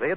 The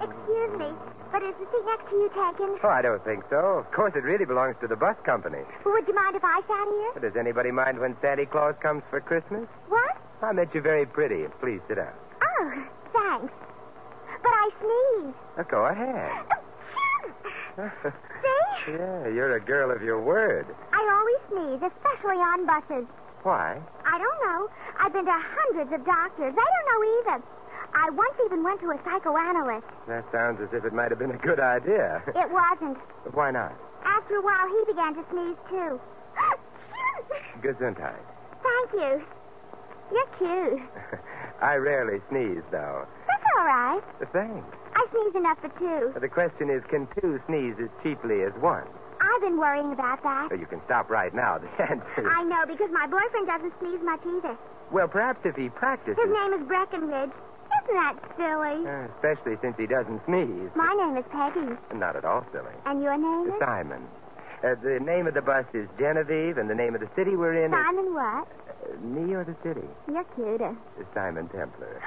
Excuse me, but is the seat next to you taken? Oh, I don't think so. Of course, it really belongs to the bus company. Would you mind if I sat here? But does anybody mind when Santa Claus comes for Christmas? What? I met you very pretty. Please sit down. Oh, thanks. But I sneezed. Oh, go ahead. See? yeah, you're a girl of your word. I always sneeze, especially on buses. Why? I don't know. I've been to hundreds of doctors. They don't know either. I once even went to a psychoanalyst. That sounds as if it might have been a good idea. It wasn't. But Why not? After a while, he began to sneeze, too. Gesundheit. Thank you. You're cute. I rarely sneeze, though. That's all right. Thanks. I sneeze enough for two. But the question is, can two sneeze as cheaply as one? I've been worrying about that. So you can stop right now. The answer. I know, because my boyfriend doesn't sneeze much either. Well, perhaps if he practices, His name is Breckenridge. Isn't that silly? Uh, especially since he doesn't sneeze. My name is Peggy, Not at all silly. and your name is? Simon. Uh, the name of the bus is Genevieve, and the name of the city we're in Simon what? is uh, me or the city. You're cuter. Simon Templar.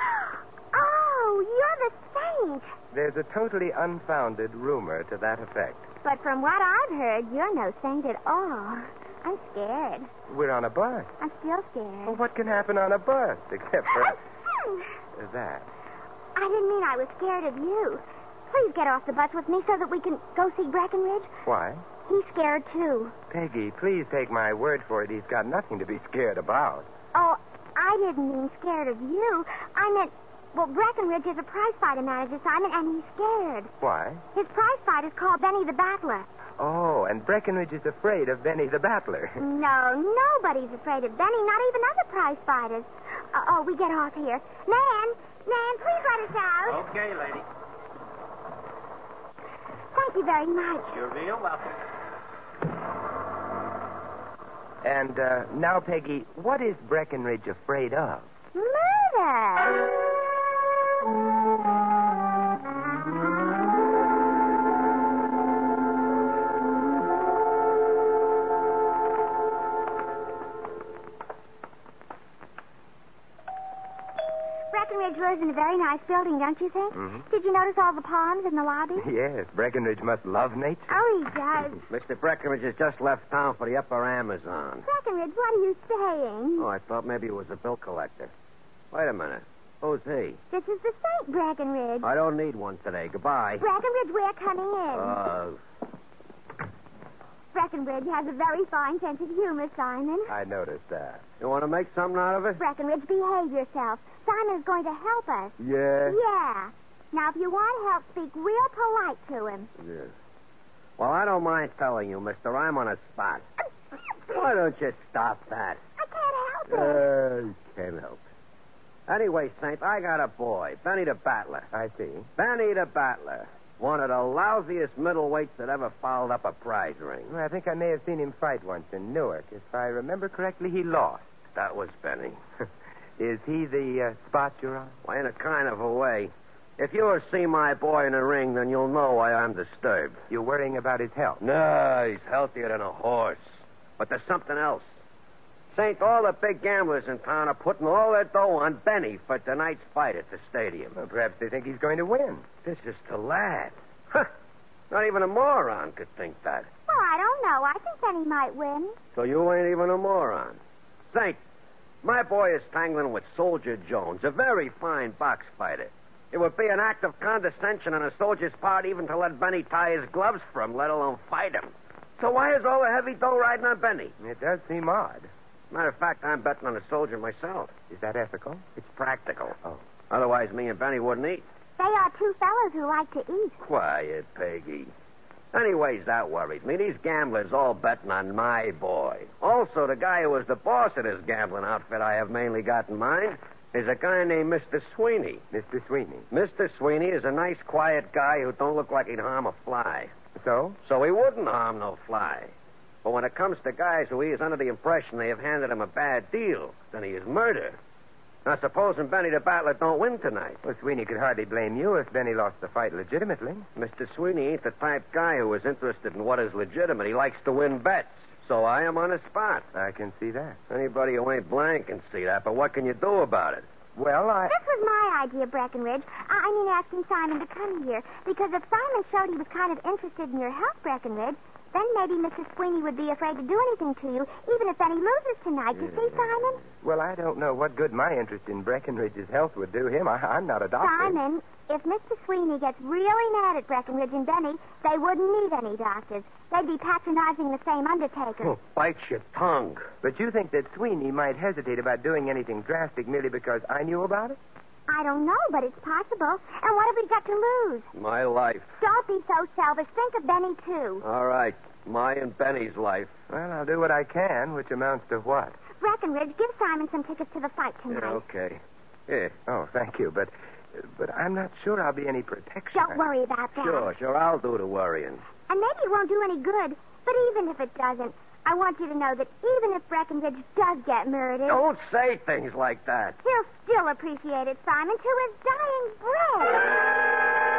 Oh, you're the saint. There's a totally unfounded rumor to that effect. But from what I've heard, you're no saint at all. I'm scared. We're on a bus. I'm still Well, scared. what can happen on a bus except for I that? didn't mean I was scared of you. Please get off the bus with me so that we can go see Breckenridge. Why? He's scared too. Peggy, please take my word for it. He's got nothing to be scared about. Oh, I didn't mean scared of you. I meant, well, Breckenridge is a prize fighter manager, Simon, and he's scared. Why? His prize fight is called Benny the Battler. Oh, and Breckenridge is afraid of Benny the Battler. No, nobody's afraid of Benny, not even other prize fighters. Uh, oh, we get off here. Nan, Nan, please let us out. Okay, lady. Thank you very much. You're real welcome. And uh, now, Peggy, what is Breckenridge afraid of? Murder! Breckenridge lives in a very nice building, don't you think? Mhm. Did you notice all the palms in the lobby? Yes, Breckenridge must love nature. Oh, he does. Mr. Breckenridge has just left town for the upper Amazon. Breckenridge, what are you saying? Oh, I thought maybe it was a bill collector. Wait a minute. Who's he? This is the Saint Breckenridge. I don't need one today. Goodbye. Breckenridge, we're coming in. Uh, Breckenridge has a very fine sense of humor, Simon. I noticed that. you want to make something out of it? Breckenridge, behave yourself. Simon's going to help us. Uh. Yeah. Yeah. Now, if you want help, speak real polite to him. yeah. Well, I don't mind telling you, mister. I'm on a spot. Why don't you stop that? I can't help it. Uh, you can't help. it. Anyway, Saint, I got a boy, Benny the Battler. I see. Benny the Battler. One of the lousiest middleweights that ever fouled up a prize ring. Well, I think I may have seen him fight once in Newark. If I remember correctly, he lost. That was Benny. Is he the uh, spot you're on? Well, in a kind of a way. If you ever see my boy in a ring, then you'll know why I'm disturbed. You're worrying about his health. No, he's healthier than a horse. But there's something else. Saint, all the big gamblers in town are putting all their dough on Benny for tonight's fight at the stadium. Well, perhaps they think he's going to win. This is the lad. Huh. Not even a moron could think that. Well, I don't know. I think Benny might win. So you ain't even a moron. Saint, my boy is tangling with Soldier Jones, a very fine box fighter. It would be an act of condescension on a soldier's part even to let Benny tie his gloves for him, let alone fight him. So why is all the heavy dough riding on Benny? It does seem odd. Matter of fact, I'm betting on a soldier myself. Is that ethical? It's practical. Oh. Otherwise, me and Benny wouldn't eat. They are two fellows who like to eat. Quiet, Peggy. Anyways, that worries me. These gamblers all betting on my boy. Also, the guy who was the boss of this gambling outfit I have mainly got in mind is a guy named Mr. Sweeney. Mr. Sweeney. Mr. Sweeney is a nice, quiet guy who don't look like he'd harm a fly. So? So he wouldn't harm no fly. But when it comes to guys who he is under the impression they have handed him a bad deal, then he is murder. Now, supposing Benny the Battler don't win tonight. Well, Sweeney could hardly blame you if Benny lost the fight legitimately. Mr. Sweeney ain't the type guy who is interested in what is legitimate. He likes to win bets. So I am on the spot. I can see that. Anybody who ain't blind can see that, but what can you do about it? Well, I. This was my idea, Breckenridge. I, I mean, asking Simon to come here. Because if Simon showed he was kind of interested in your help, Breckenridge, then maybe Mrs. Sweeney would be afraid to do anything to you, even if Benny loses tonight. You see, Simon? Well, I don't know what good my interest in Breckenridge's health would do him. I, I'm not a doctor. Simon, if Mr. Sweeney gets really mad at Breckenridge and Benny, they wouldn't need any doctors. They'd be patronizing the same undertaker. Bite your tongue. But you think that Sweeney might hesitate about doing anything drastic merely because I knew about it? I don't know, but it's possible. And what have we got to lose? My life. Don't be so selfish. Think of Benny, too. All right. My and Benny's life. Well, I'll do what I can, which amounts to what? Breckenridge, give Simon some tickets to the fight tonight. Okay. Here. Oh, thank you, but but I'm not sure I'll be any protection. Don't worry about that. Sure, sure. I'll do the worrying. And maybe it won't do any good. But even if it doesn't, I want you to know that even if Breckenridge does get murdered, Don't say things like that. he'll still appreciate it, Simon, to his dying breath.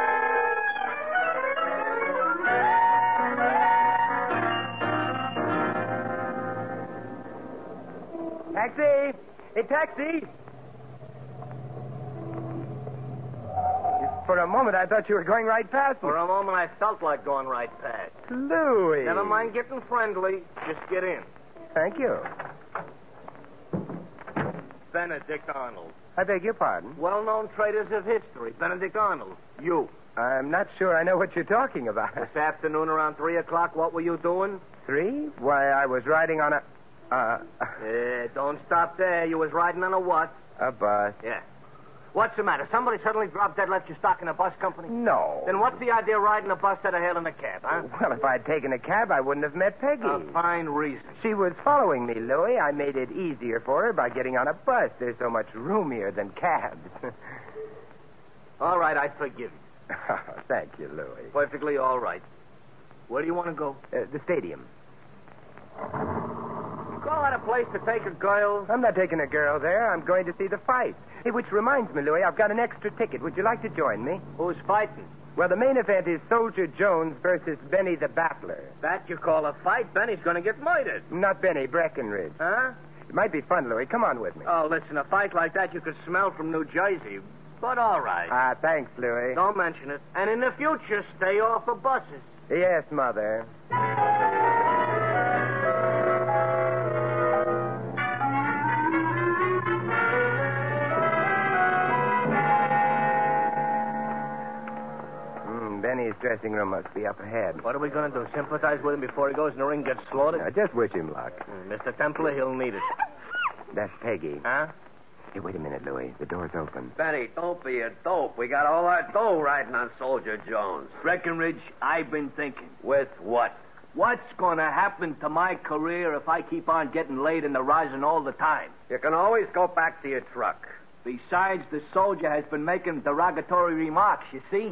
Taxi! Hey, taxi! For a moment, I thought you were going right past me. For a moment, I felt like going right past. Louis. Never mind getting friendly. Just get in. Thank you. Benedict Arnold. I beg your pardon. Well known traitors of history. Benedict Arnold. You. I'm not sure I know what you're talking about. This afternoon around 3 o'clock, what were you doing? Three? Why, I was riding on a. Uh, Eh, don't stop there. You was riding on a what? a bus. Yeah. What's the matter? Somebody suddenly dropped dead, left you stuck in a bus company? No. Then what's the idea of riding a bus that of hailing a cab, huh? Well, if I'd taken a cab, I wouldn't have met Peggy. Uh, A fine reason. She was following me, Louis. I made it easier for her by getting on a bus. They're so much roomier than cabs. All right, I forgive you. Oh, Thank you, Louis. Perfectly all right. Where do you want to go? Uh, the stadium. Call that a place to take a girl? I'm not taking a girl there. I'm going to see the fight. Hey, which reminds me, Louis, I've got an extra ticket. Would you like to join me? Who's fighting? Well, the main event is Soldier Jones versus Benny the Battler. That you call a fight? Benny's going to get murdered. Not Benny, Breckenridge. Huh? It might be fun, Louis. Come on with me. Oh, listen, a fight like that you could smell from New Jersey. But all Oh. right. Ah, thanks, Louis. Don't mention it. And in the future, stay off the buses. Yes, Mother. Mm, Benny's dressing room must be up ahead. What are we going to do? Sympathize with him before he goes in the ring and gets slaughtered? I just wish him luck. Mm, Mr. Templer, he'll need it. That's Peggy. Huh? Hey, wait a minute, Louis. The door's open. Benny, don't be a dope. We got all our dough riding on Soldier Jones. Breckenridge, I've been thinking. With what? What's going to happen to my career if I keep on getting laid in the rosin all the time? You can always go back to your truck. Besides, the soldier has been making derogatory remarks, you see?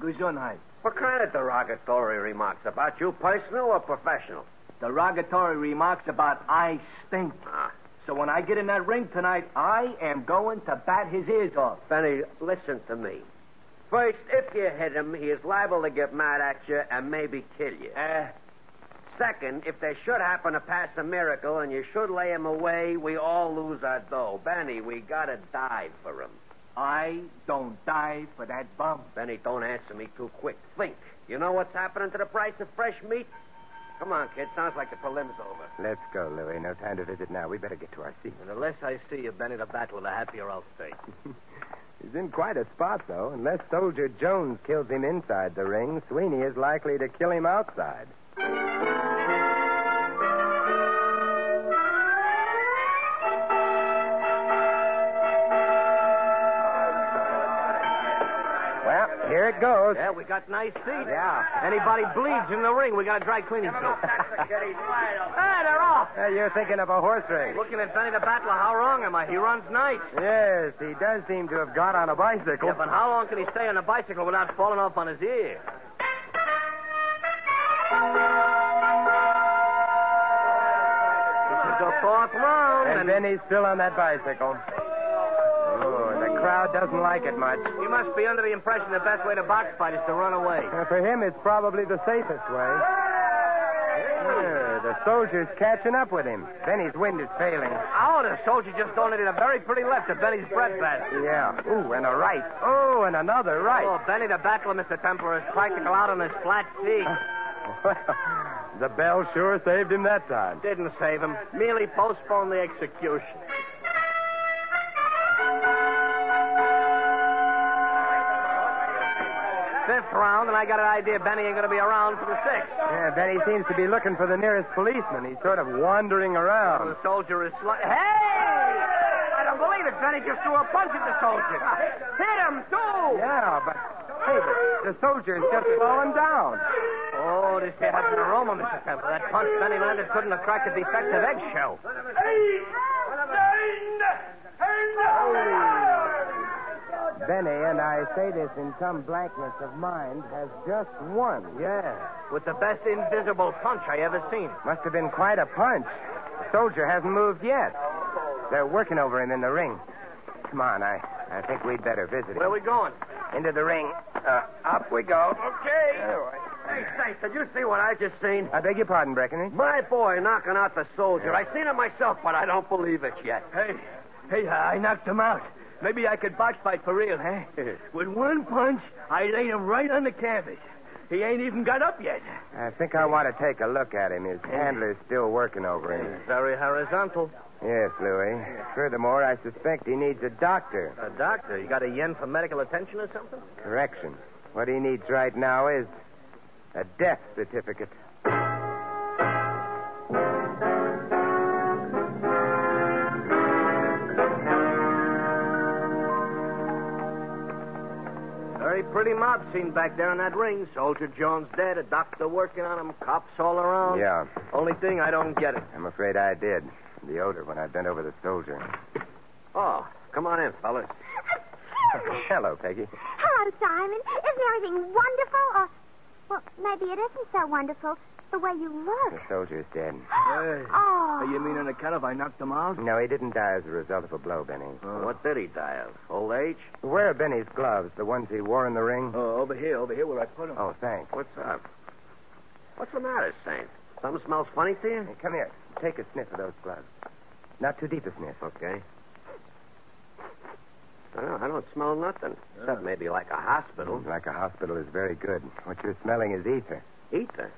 Gesundheit. What kind of derogatory remarks? About you personal or professional? derogatory remarks about I stink. Ah. So when I get in that ring tonight, I am going to bat his ears off. Benny, listen to me. First, if you hit him, he is liable to get mad at you and maybe kill you. Uh, Second, if there should happen to pass a miracle and you should lay him away, we all lose our dough. Benny, we gotta dive for him. I don't die for that bum. Benny, don't answer me too quick. Think. You know what's happening to the price of fresh meat? Come on, kid. Sounds like the prelim's over. Let's go, Louis. No time to visit now. We better get to our seat. And the less I see you, Benny, the battle, the happier I'll stay. He's in quite a spot, though. Unless Soldier Jones kills him inside the ring, Sweeney is likely to kill him outside. Well, here Here it goes. Yeah, we got nice seats. Yeah. Anybody bleeds in the ring, we got a dry cleaning soap. hey, they're off. Hey, you're thinking of a horse race. Looking at Benny the Battler, how wrong am I? He runs nice. Yes, he does seem to have got on a bicycle. Yeah, but how long can he stay on a bicycle without falling off on his ear? This is the fourth round, And then he's still on that bicycle. Oh, the crowd doesn't like it much. he must be under the impression the best way to box fight is to run away. Uh, For him, it's probably the safest way. Yeah, the soldier's catching up with him. Benny's wind is failing. Oh, the soldier just donated a very pretty left to Benny's breadbasket. Yeah. Ooh, and a right. Oh, and another Oh, right. Benny the Battler, Mr. Templar, is practical out on his flat feet. the bell sure saved him that time. Didn't save him, merely postponed the execution. Fifth round, and I got an idea Benny ain't going to be around for the sixth. Yeah, Benny seems to be looking for the nearest policeman. He's sort of wandering The around. soldier is sli- Hey! I don't believe it. Benny just threw a punch at the soldier. Hit him, too! Yeah, but hey, the, the soldier's just fallen down. Oh, this here has an aroma, Mr. Temple. That punch Benny landed couldn't have cracked a defective eggshell. Benny, and I say this in some blankness of mind, has just won. Yeah. With the best invisible punch I ever seen. Must have been quite a punch. The soldier hasn't moved yet. They're working over him in the ring. Come on, I, I think we'd better visit Where him. we going? Into the ring. Uh, up we go. Okay. Hey, Saint, did you see what I just seen? I beg your pardon, Breckenridge. My boy knocking out the soldier. I seen it myself, but I don't believe it yet. Hey, hey, I knocked him out. Maybe I could box fight for real, huh? With one punch, I laid him right on the canvas. He ain't even got up yet. I think I want to take a look at him. His handler's still working over him. Very horizontal. Yes, Louis. Furthermore, I suspect he needs a doctor. A doctor, you got a yen for medical attention or something? Correction. What he needs right now is a death certificate. Very pretty mob scene back there in that ring. Soldier Jones dead, a doctor working on him, cops all around. Yeah, Only thing, I don't get it. I'm afraid I did. The odor when I bent over the soldier. Oh, come on in, fellas. Hello, Peggy. Hello, Simon. Isn't everything wonderful? Or, well, maybe it isn't so wonderful the way you The look. soldier's dead. Hey. Oh. You mean on account of I knocked him out? No, he didn't die as a result of a blow, Benny. What did he die of? Old age? Where are Benny's gloves? The ones he wore in the ring? Oh, over here, over here where I put him. Oh, thanks. What's up? What's the matter, Saint? Something smells funny to you? Hey, come here. Take a sniff of those gloves. Not too deep a sniff. Okay. I don't, I don't smell nothing. Except maybe like a hospital. Like a hospital is very good. What you're smelling is ether. Ether?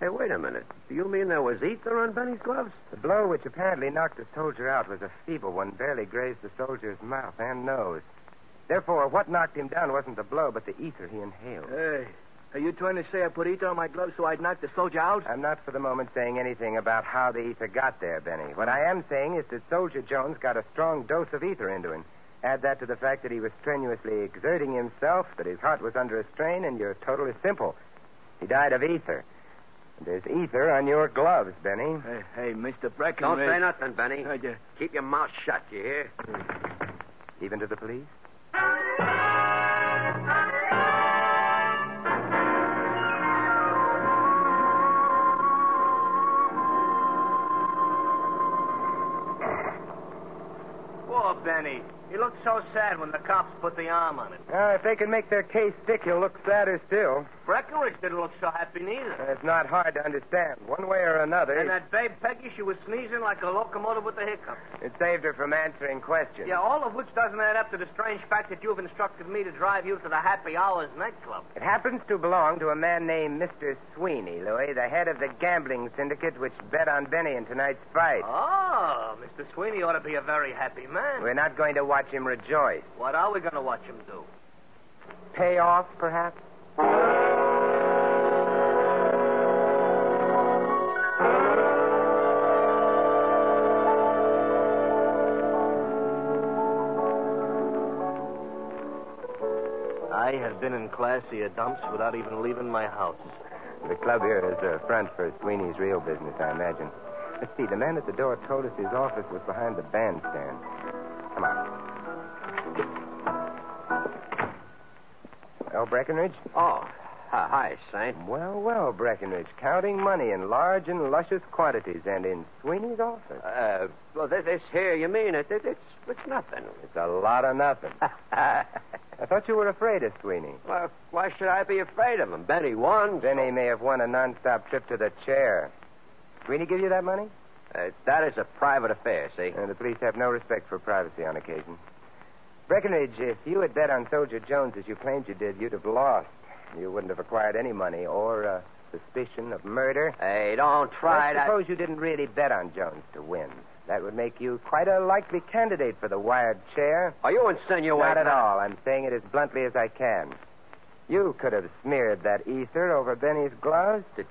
Hey, wait a minute. Do you mean there was ether on Benny's gloves? The blow which apparently knocked the soldier out was a feeble one, barely grazed the soldier's mouth and nose. Therefore, what knocked him down wasn't the blow, but the ether he inhaled. Hey, are you trying to say I put ether on my gloves so I'd knock the soldier out? I'm not for the moment saying anything about how the ether got there, Benny. What I am saying is that Soldier Jones got a strong dose of ether into him. Add that to the fact that he was strenuously exerting himself, that his heart was under a strain, and your total is simple. He died of ether. There's ether on your gloves, Benny. Hey, hey, Mr. Don't Breckenridge. say nothing, Benny. Hey, you- Keep your mouth shut, you hear? Even to the police? Poor Benny. He looked so sad when the cops put the arm on him. Well, Uh, if they can make their case stick, he'll look sadder still. Breckenridge didn't look so happy neither. And It's not hard to understand. One way or another, And that babe Peggy, she was sneezing like a locomotive with the hiccups. it saved her from answering questions. Yeah, all of which doesn't add up to the strange fact that you've instructed me to drive you to the Happy Hours nightclub. It happens to belong to a man named Mr. Sweeney, Louis, the head of the gambling syndicate which bet on Benny in tonight's fight. Ah, Oh, Mr. Sweeney ought to be a very happy man. We're not going to watch him rejoice. What are we going to watch him do? Pay off, perhaps? I have been in classier dumps without even leaving my house. The club here is a front for Sweeney's real business, I imagine. Let's see, the man at the door told us his office was behind the bandstand. Come on. Well, Breckenridge? Oh, hi, hi, Saint. Well, well, Breckenridge, counting money in large and luscious quantities and in Sweeney's office. Uh, well, this, this here, you mean it? it it's, it's nothing. It's a lot of nothing. I thought you were afraid of Sweeney. well, why should I be afraid of him? Benny won. Then he may have won a nonstop trip to the chair. Sweeney give you that money? Uh, that is a private affair, see? And the police have no respect for privacy on occasion. Breckenridge, if you had bet on Soldier Jones as you claimed you did, you'd have lost. You wouldn't have acquired any money or uh, suspicion of murder. Hey, don't try I that. suppose you didn't really bet on Jones to win. That would make you quite a likely candidate for the wired chair. Are you insinuating? Not at all. I'm saying it as bluntly as I can. You could have smeared that ether over Benny's gloves. Did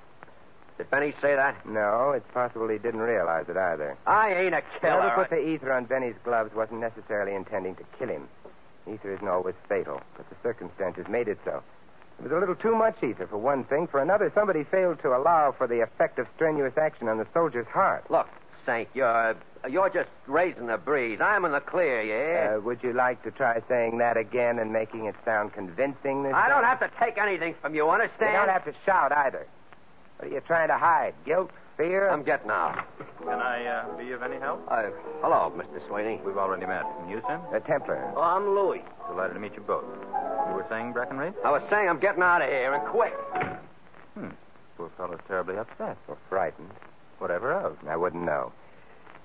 Benny say that? No, it's possible he didn't realize it either. I ain't a killer. Whoever put the ether on Benny's gloves wasn't necessarily intending to kill him. Ether isn't always fatal, but the circumstances made it so. It was a little too much ether, for one thing. For another, somebody failed to allow for the effect of strenuous action on the soldier's heart. Look, Saint, you're you're just raising the breeze. I'm in the clear, yeah. Uh, would you like to try saying that again and making it sound convincing this I don't time? have to take anything from you. Uh, You Understand? don't have to shout either. What are you trying to hide? Guilt? Fear? I'm getting out. Can I uh, be of any help? Uh, hello, Mr. Sweeney. We've already met. And you, sir? a Templar. Oh, I'm Louis. Delighted to meet you both. You were saying, Breckenridge? Hmm. I was saying I'm getting out of here and quick. Poor fellow's terribly upset. Or frightened. Whatever of. I wouldn't know.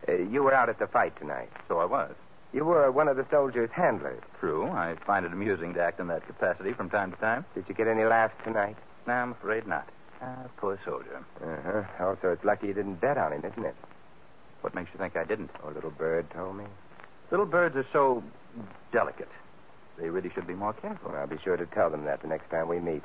Uh, you were out at the fight tonight. So I was. You were one of the soldier's handlers. True. I find it amusing to act in that capacity from time to time. Did you get any laughs tonight? No, I'm afraid not. Ah, poor soldier. Uh-huh. Also, it's lucky you didn't bet on him, isn't it? What makes you think I didn't? Oh, little bird told me. Little birds are so delicate. They really should be more careful. Well, I'll be sure to tell them that the next time we meet.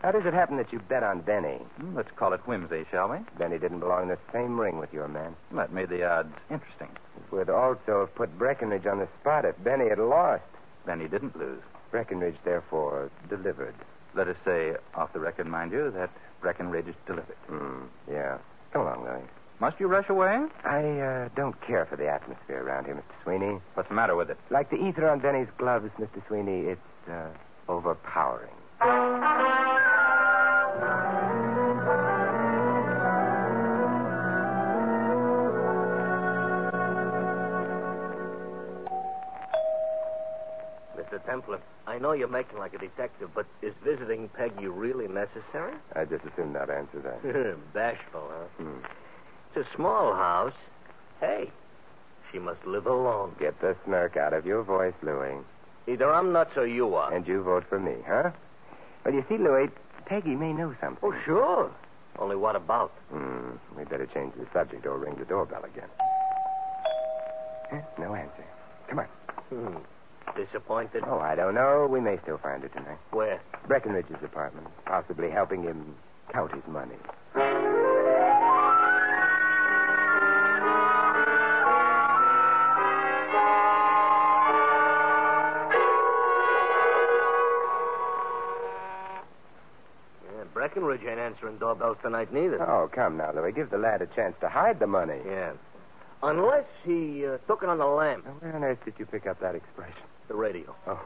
How does it happen that you bet on Benny? Hmm, Let's call it whimsy, shall we? Benny didn't belong in the same ring with your man. That made the odds interesting. It would also have put Breckenridge on the spot if Benny had lost. Then he didn't lose. Breckenridge, therefore, delivered. Let us say, off the record, mind you, that Breckenridge delivered. Hmm. Yeah. Come along, Louis. Must you rush away? I uh, don't care for the atmosphere around here, Mr. Sweeney. What's the matter with it? Like the ether on Benny's gloves, Mr. Sweeney, it's uh, overpowering. Mr. Templar, I know you're making like a detective, but is visiting Peggy really necessary? I just assume that answers that. Bashful, huh? Hmm. It's a small house. Hey, she must live alone. Get the smirk out of your voice, Louis. Either I'm nuts or you are. And you vote for me, huh? Well, you see, Louis, Peggy may know something. Oh, sure. Only what about? Hmm. We'd better change the subject or ring the doorbell again. Huh? No answer. Come on. Hmm. Disappointed? Oh, I don't know. We may still find her tonight. Where? Breckenridge's apartment, possibly helping him count his money. Yeah, Breckenridge ain't answering doorbells tonight neither. Oh, come now, Louis. Give the lad a chance to hide the money. Yeah. Unless he uh, took it on the lamp, Now, where on earth did you pick up that expression? the radio. Oh.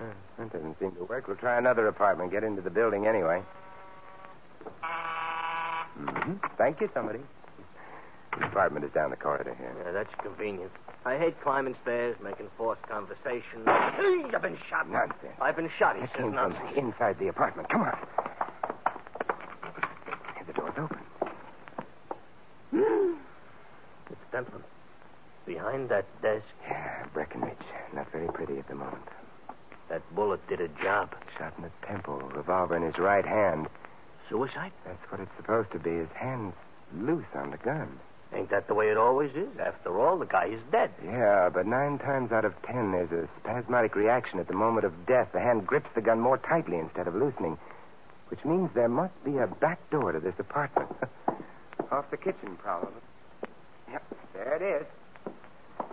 Uh, that doesn't seem to work. We'll try another apartment. Get into the building anyway. Thank you, somebody. The apartment is down the corridor here. Yeah, that's convenient. I hate climbing stairs, making forced conversation. Hey, I've been shot. Nonsense. I've been shot. He That says came from nonsense. inside the apartment. Come on. Hey, The door's open. It's Bentham. Behind that desk, Yeah, Breckenridge. Not very pretty at the moment. that bullet did a job. Shot in the temple, revolver in his right hand. Suicide? That's what it's supposed to be. His hand's loose on the gun. Ain't that the way it always is? After all, the guy is dead. Yeah, but nine times out of ten, there's a spasmodic reaction at the moment of death. The hand grips the gun more tightly instead of loosening, which means there must be a back door to this apartment. Off the kitchen, probably. Yep, there it is.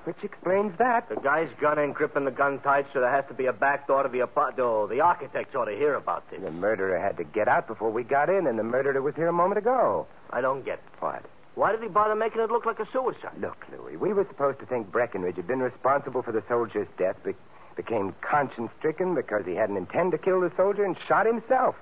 Which explains that. The guy's gun ain't gripping the gun tight, so there has to be a back door to the apartment. Oh, the architects ought to hear about this. The murderer had to get out before we got in, and the murderer was here a moment ago. I don't get it. What? Why did he bother making it look like a suicide? Look, Louis, we were supposed to think Breckenridge had been responsible for the soldier's death, but became conscience stricken because he hadn't intended to kill the soldier and shot himself.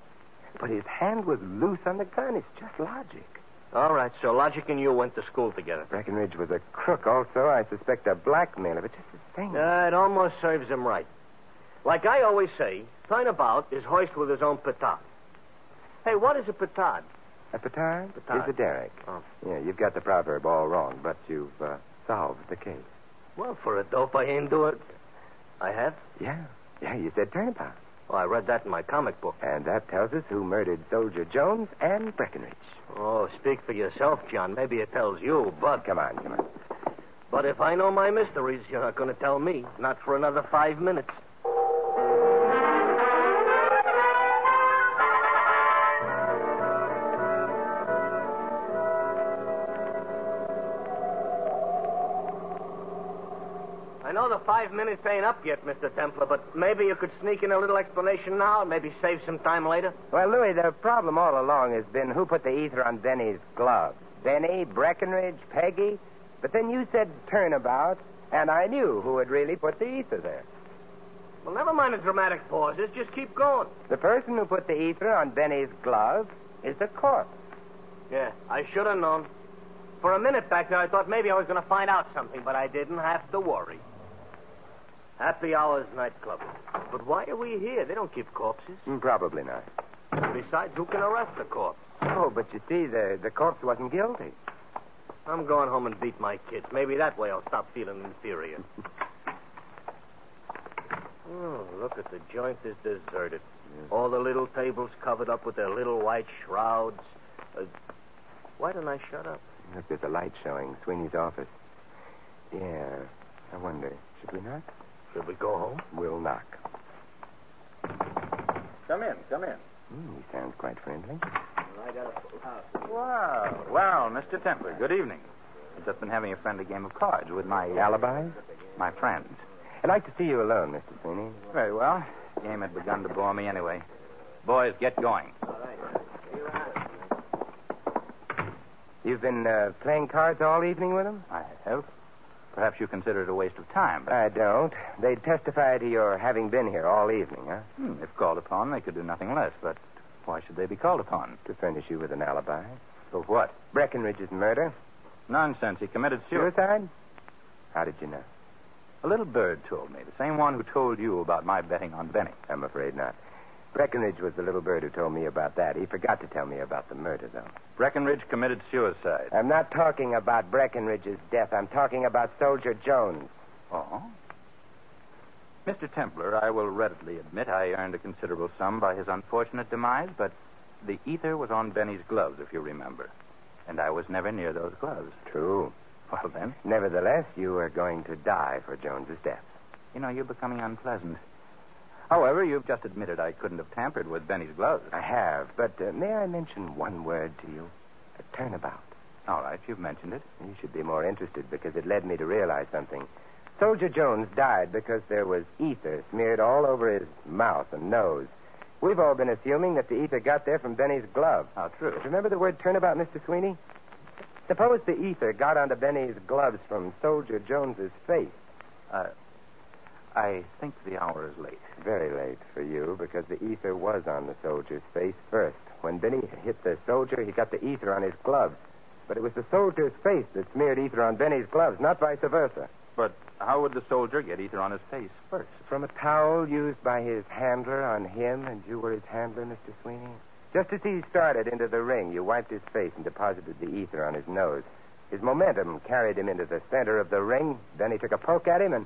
But his hand was loose on the gun. It's just logic. All right, so Logic and you went to school together. Breckenridge was a crook, also. I suspect a blackmailer, but just the same. Uh, it almost serves him right. Like I always say, Turnabout is hoist with his own petard. Hey, what is a petard? a petard? Petard. Is a derrick. Oh. Yeah, you've got the proverb all wrong, but you've uh, solved the case. Well, for a dope, I ain't do it. I have? Yeah. Yeah, you said turnabout. Oh, I read that in my comic book. And that tells us who murdered Soldier Jones and Breckenridge. Oh, speak for yourself, John. Maybe it tells you, but Come on, come on. but if I know my mysteries, you're not going to tell me. Not for another five minutes. I know the five minutes ain't up yet, Mr. Templar, but maybe you could sneak in a little explanation now and maybe save some time later. Well, Louis, the problem all along has been who put the ether on Benny's gloves. Benny, Breckenridge, Peggy. But then you said turnabout, and I knew who had really put the ether there. Well, never mind the dramatic pauses. Just keep going. The person who put the ether on Benny's glove is the corpse. Yeah, I should have known. For a minute back there, I thought maybe I was going to find out something, but I didn't have to worry. Happy Hours nightclub. But why are we here? They don't keep corpses. Mm, Probably not. Besides, who can arrest a corpse? Oh, but you see, the, the corpse wasn't guilty. I'm going home and beat my kids. Maybe that way I'll stop feeling inferior. Oh, look at the joint is deserted. All the little tables covered up with their little white shrouds. Uh, why didn't I shut up? Look, there's a light showing Sweeney's office. Yeah, I wonder, should we knock? Should we go home? We'll knock. Come in, come in. Mm, he sounds quite friendly. Wow. Well, Mr. Templer, good evening. I've just been having a friendly game of cards with my Alibis? my friends. I'd like to see you alone, Mr. Sweeney. Very well. Game had begun to bore me anyway. Boys, get going. You've been uh, playing cards all evening with them? I have. Perhaps you consider it a waste of time. but- I don't. They testify to your having been here all evening, huh? Hmm, if called upon, they could do nothing less. But why should they be called upon? To furnish you with an alibi. For what? Breckenridge's murder. Nonsense. He committed suicide. Suicide? How did you know? A little bird told me, the same one who told you about my betting on Benny. I'm afraid not. Breckenridge was the little bird who told me about that. He forgot to tell me about the murder, though. Breckenridge committed suicide. I'm not talking about Breckenridge's death. I'm talking about Soldier Jones. Oh? Mr. Templar, I will readily admit I earned a considerable sum by his unfortunate demise, but the ether was on Benny's gloves, if you remember. And I was never near those gloves. True. Well, then, Nevertheless, you are going to die for Jones's death. you know, you're becoming unpleasant. However, you've just admitted I couldn't have tampered with Benny's gloves. I have, but uh, may I mention one word to you? A turnabout. All right, you've mentioned it. You should be more interested because it led me to realize something. Soldier Jones died because there was ether smeared all over his mouth and nose. We've all been assuming that the ether got there from Benny's glove. How true. But remember the word turnabout, Mr. Sweeney? Suppose the ether got onto Benny's gloves from Soldier Jones's face. Uh, I think the hour is late. Very late for you because the ether was on the soldier's face first. When Benny hit the soldier, he got the ether on his gloves. But it was the soldier's face that smeared ether on Benny's gloves, not vice versa. But how would the soldier get ether on his face first? From a towel used by his handler on him, and you were his handler, Mr. Sweeney? Just as he started into the ring, you wiped his face and deposited the ether on his nose. His momentum carried him into the center of the ring. Benny took a poke at him, and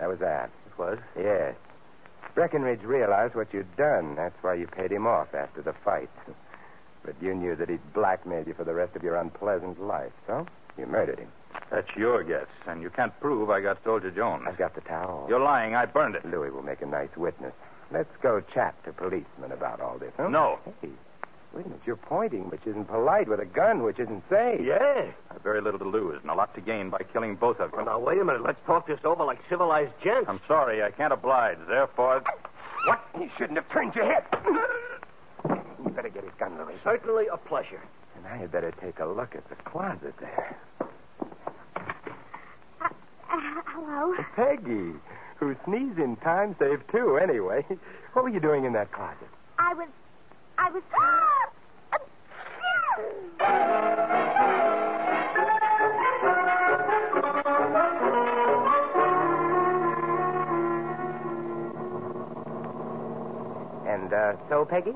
that was that. It was. Yes. Breckenridge realized what you'd done. That's why you paid him off after the fight. But you knew that he'd blackmailed you for the rest of your unpleasant life, so you murdered him. That's your guess, and you can't prove I got Soldier Jones. I've got the towel. You're lying. I burned it. Louis will make a nice witness. Let's go chat to policemen about all this, huh? No. Hey, Wait a minute, you're pointing, which isn't polite, with a gun, which isn't safe. Yeah. I've very little to lose and a lot to gain by killing both of you. Well, now, wait a minute. Let's talk this over like civilized gents. I'm sorry, I can't oblige. Therefore, What? You shouldn't have turned your head. you better get his gun, Louis. Certainly a pleasure. And I had better take a look at the closet there. Uh, hello? Peggy, who sneezed in time saved two, anyway. What were you doing in that closet? I was. I was. And, uh, so, Peggy?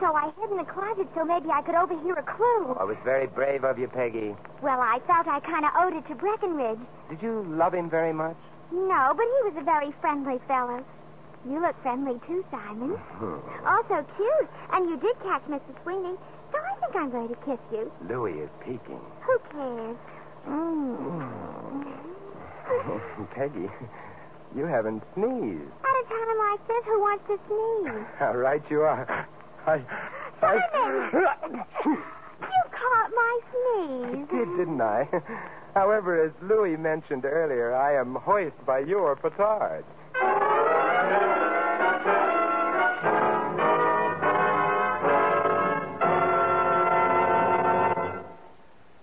So I hid in the closet so maybe I could overhear a clue. Uh, I was very brave of you, Peggy. Well, I felt I kind of owed it to Breckenridge. Did you love him very much? No, but he was a very friendly fellow. You look friendly too, Simon. Uh-huh. Also cute. And you did catch Mrs. Sweeney. So I think I'm going to kiss you. Louis is peeking. Who cares? Mm. Oh, Peggy, you haven't sneezed. At a time like this, who wants to sneeze? How right you are. I. Simon! you caught my sneeze. did, didn't I? However, as Louis mentioned earlier, I am hoist by your petard.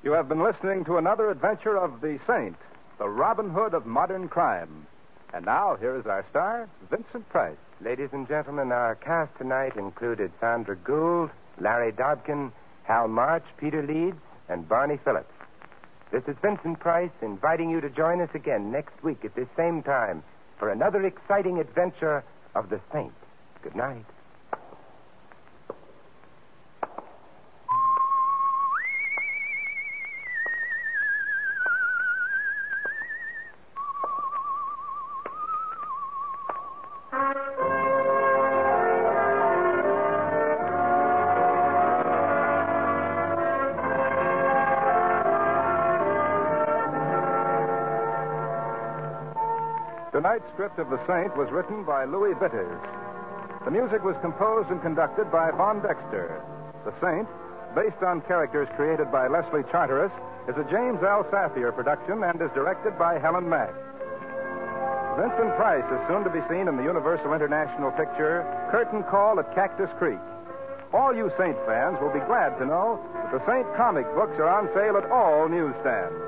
You have been listening to another adventure of the Saint, the Robin Hood of modern crime. And now, here is our star, Vincent Price. Ladies and gentlemen, our cast tonight included Sandra Gould, Larry Dobkin, Hal March, Peter Leeds, and Barney Phillips. This is Vincent Price inviting you to join us again next week at this same time for another exciting adventure of the Saint. Good night. Tonight's script of The Saint was written by Louis Bitters. The music was composed and conducted by Von Dexter. The Saint, based on characters created by Leslie Charteris, is a James L. Safier production and is directed by Helen Mack. Vincent Price is soon to be seen in the Universal International picture Curtain Call at Cactus Creek. All you Saint fans will be glad to know that the Saint comic books are on sale at all newsstands.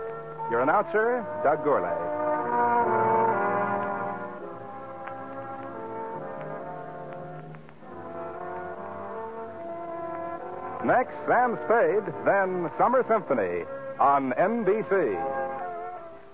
Your announcer, Doug Gourlay. Next, Sam Spade, then Summer Symphony on NBC.